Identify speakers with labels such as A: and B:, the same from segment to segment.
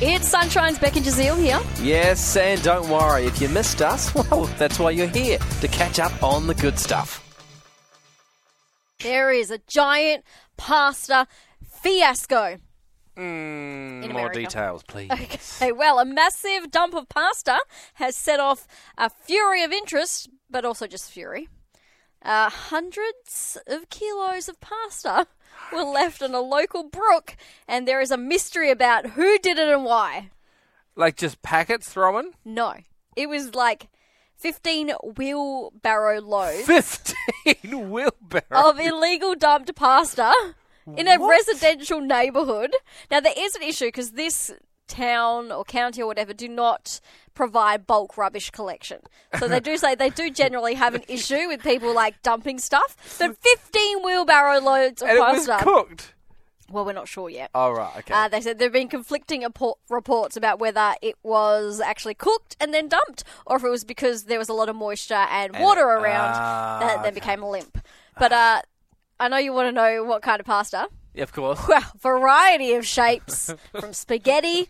A: It's Sunshine's Becky Jazeel here.
B: Yes, and don't worry, if you missed us, well, that's why you're here, to catch up on the good stuff.
A: There is a giant pasta fiasco.
B: Mm,
A: In
B: more
A: America.
B: details, please.
A: Okay, well, a massive dump of pasta has set off a fury of interest, but also just fury. Uh, hundreds of kilos of pasta were left on a local brook, and there is a mystery about who did it and why.
B: Like just packets thrown?
A: No, it was like 15 wheelbarrow loads
B: 15 wheelbarrows.
A: of illegal dumped pasta in a residential neighborhood. Now there is an issue because this town or county or whatever do not provide bulk rubbish collection. So they do say they do generally have an issue with people like dumping stuff. But 15 wheelbarrow loads of
B: and it was
A: pasta.
B: cooked.
A: well, we're not sure yet.
B: All right. okay.
A: Uh, they said there have been conflicting apo- reports about whether it was actually cooked and then dumped, or if it was because there was a lot of moisture and, water around
B: ah,
A: that it then became limp. But uh, I know you want to know what kind of pasta.
B: Yeah, of course.
A: Well, variety of shapes, from spaghetti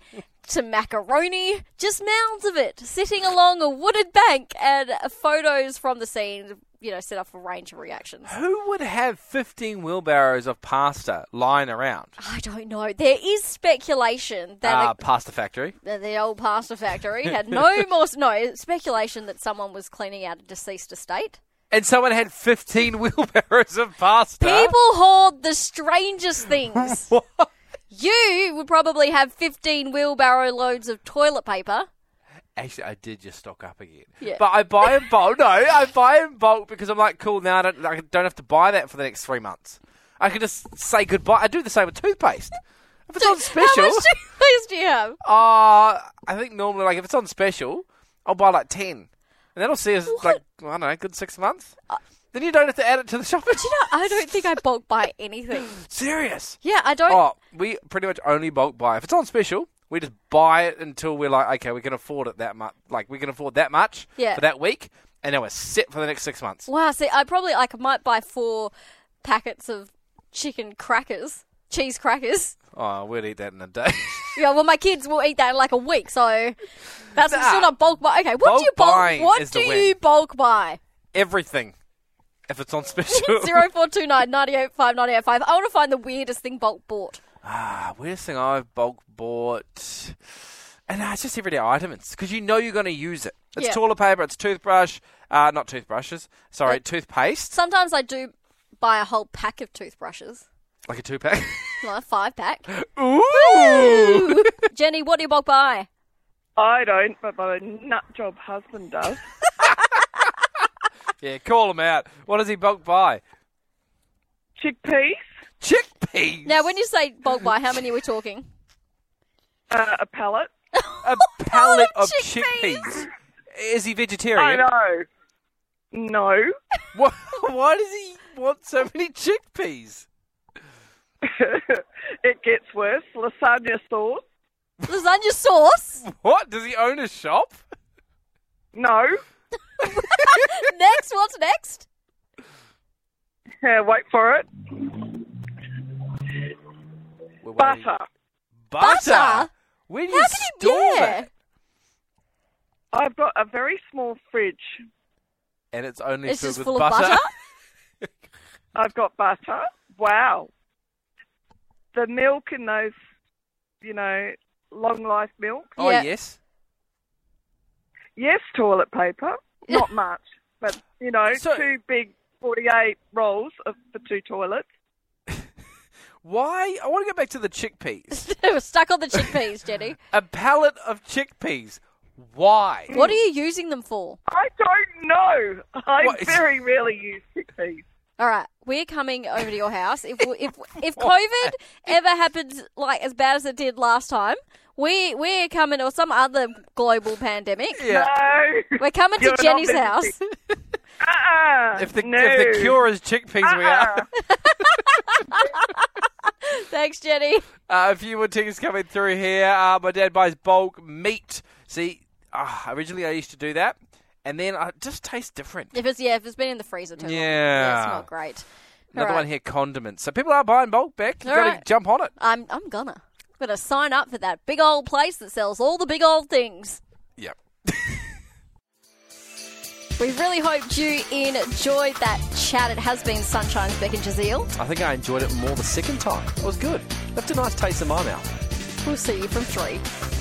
A: to macaroni, just mounds of it sitting along a wooded bank, and uh, photos from the scene, you know, set off a range of reactions.
B: Who would have 15 wheelbarrows of pasta lying around?
A: I don't know. There is speculation that a
B: Ah, pasta factory.
A: the, the old pasta factory had no more no speculation that someone was cleaning out a deceased estate.
B: And someone had 15 wheelbarrows of pasta.
A: People hoard the strangest things.
B: What?
A: you would probably have 15 wheelbarrow loads of toilet paper.
B: Actually, I did just stock up again.
A: Yeah.
B: But I buy in bulk. No, I buy in bulk because I'm like, cool, now I don't, I don't have to buy that for the next three months. I can just say goodbye. I do the same with toothpaste. If it's on
A: How
B: special,
A: much toothpaste do you have?
B: uh, I think normally, like, if it's on special, I'll buy like 10. And that'll see us, like, I don't know, a good six months. then you don't have to add it to the shopping.
A: Do Uh, you know, I don't think I bulk buy anything.
B: Serious.
A: Yeah, I don't.
B: Oh, we pretty much only bulk buy. If it's on special, we just buy it until we're like, okay, we can afford it that much. Like we can afford that much
A: Yeah.
B: for that week, and then we're set for the next six months.
A: Wow, see, I probably like might buy four packets of chicken crackers, cheese crackers.
B: Oh, we'd eat that in a day.
A: Yeah, well, my kids will eat that in like a week, so that's
B: Nah.
A: still not bulk buy. Okay, what
B: ah, Bulk
A: do you bulk?
B: buying
A: What
B: is the
A: do
B: win.
A: you bulk buy?
B: Everything, if it's on special.
A: Zero four two nine ninety eight five ninety eight five. I want to find the weirdest thing bulk bought.
B: ah, weirdest thing I've bulk bought, and uh, it's just everyday items because you know you're going to use it. It's
A: Yeah.
B: toilet paper. It's toothbrush. Uh, not toothbrushes. Sorry, toothpaste.
A: Sometimes I do buy a whole pack of toothbrushes,
B: Like a two pack.
A: like a five pack.
B: Ooh.
A: Ooh. Jenny, what do you bulk buy?
C: I don't, but my nut job husband does.
B: Yeah, call him out. What does he bulk buy?
C: Chickpeas,
B: Chickpeas.
A: Now, when you say bulk buy, how many are we talking?
C: uh, a pallet.
B: a pallet
A: Oh,
B: of chickpeas. Is he
C: I
B: vegetarian?
C: know. No,
B: Why, why does he want so many chickpeas?
C: it gets worse. Lasagna sauce.
A: Lasagna sauce.
B: What? Does he own a shop?
C: No.
A: next, what's next?
C: Uh, wait for it.
B: We're waiting.
C: Butter.
B: Butter?
A: Butter?
B: Where do
A: How
B: you
A: can you
B: store
A: yeah?
B: it?
C: I've got a very small fridge.
B: And it's only
A: It's
B: filled
A: just
B: with
A: full of
B: butter.
A: butter?
C: I've got butter. Wow. The milk in those, you know, long life milk.
B: Oh,
A: Yeah.
B: yes.
C: Yes, toilet paper. Not much, but you know,
B: So-
C: two big forty-eight rolls of, for two toilets.
B: Why? I want to go back to the chickpeas.
A: We're stuck on the chickpeas, Jenny.
B: a pallet of chickpeas. Why?
A: What are you using them for?
C: I don't know. I
B: What is-
C: very rarely use chickpeas.
A: All right, we're coming over to your house. If if if COVID ever happens like as bad as it did last time, we we're coming or some other global pandemic.
B: Yeah.
C: No.
A: We're coming to
C: You're not
A: Jenny's
C: visiting.
A: house.
C: Uh-uh.
B: If the,
C: no.
B: if the cure is chickpeas, we are.
C: Uh-uh.
A: Thanks, Jenny.
B: Uh, a few more tickets coming through here. Uh, my dad buys bulk meat. See, uh, originally I used to do that, and then uh, it just tastes different.
A: If it's yeah, if it's been in the freezer too long,
B: Yeah.
A: it's not great.
B: Another
A: All
B: one
A: right.
B: here, condiments. So people are buying bulk back. You've
A: All
B: got to
A: right.
B: jump on it.
A: I'm I'm gonna. Gonna sign up for that big old place that sells all the big old things.
B: Yep.
A: We really hoped you enjoyed that chat. It has been Sunshine's Beck and Jazeel.
B: I think I enjoyed it more the second time. It was good. Left a nice taste in my mouth.
A: We'll see you from three.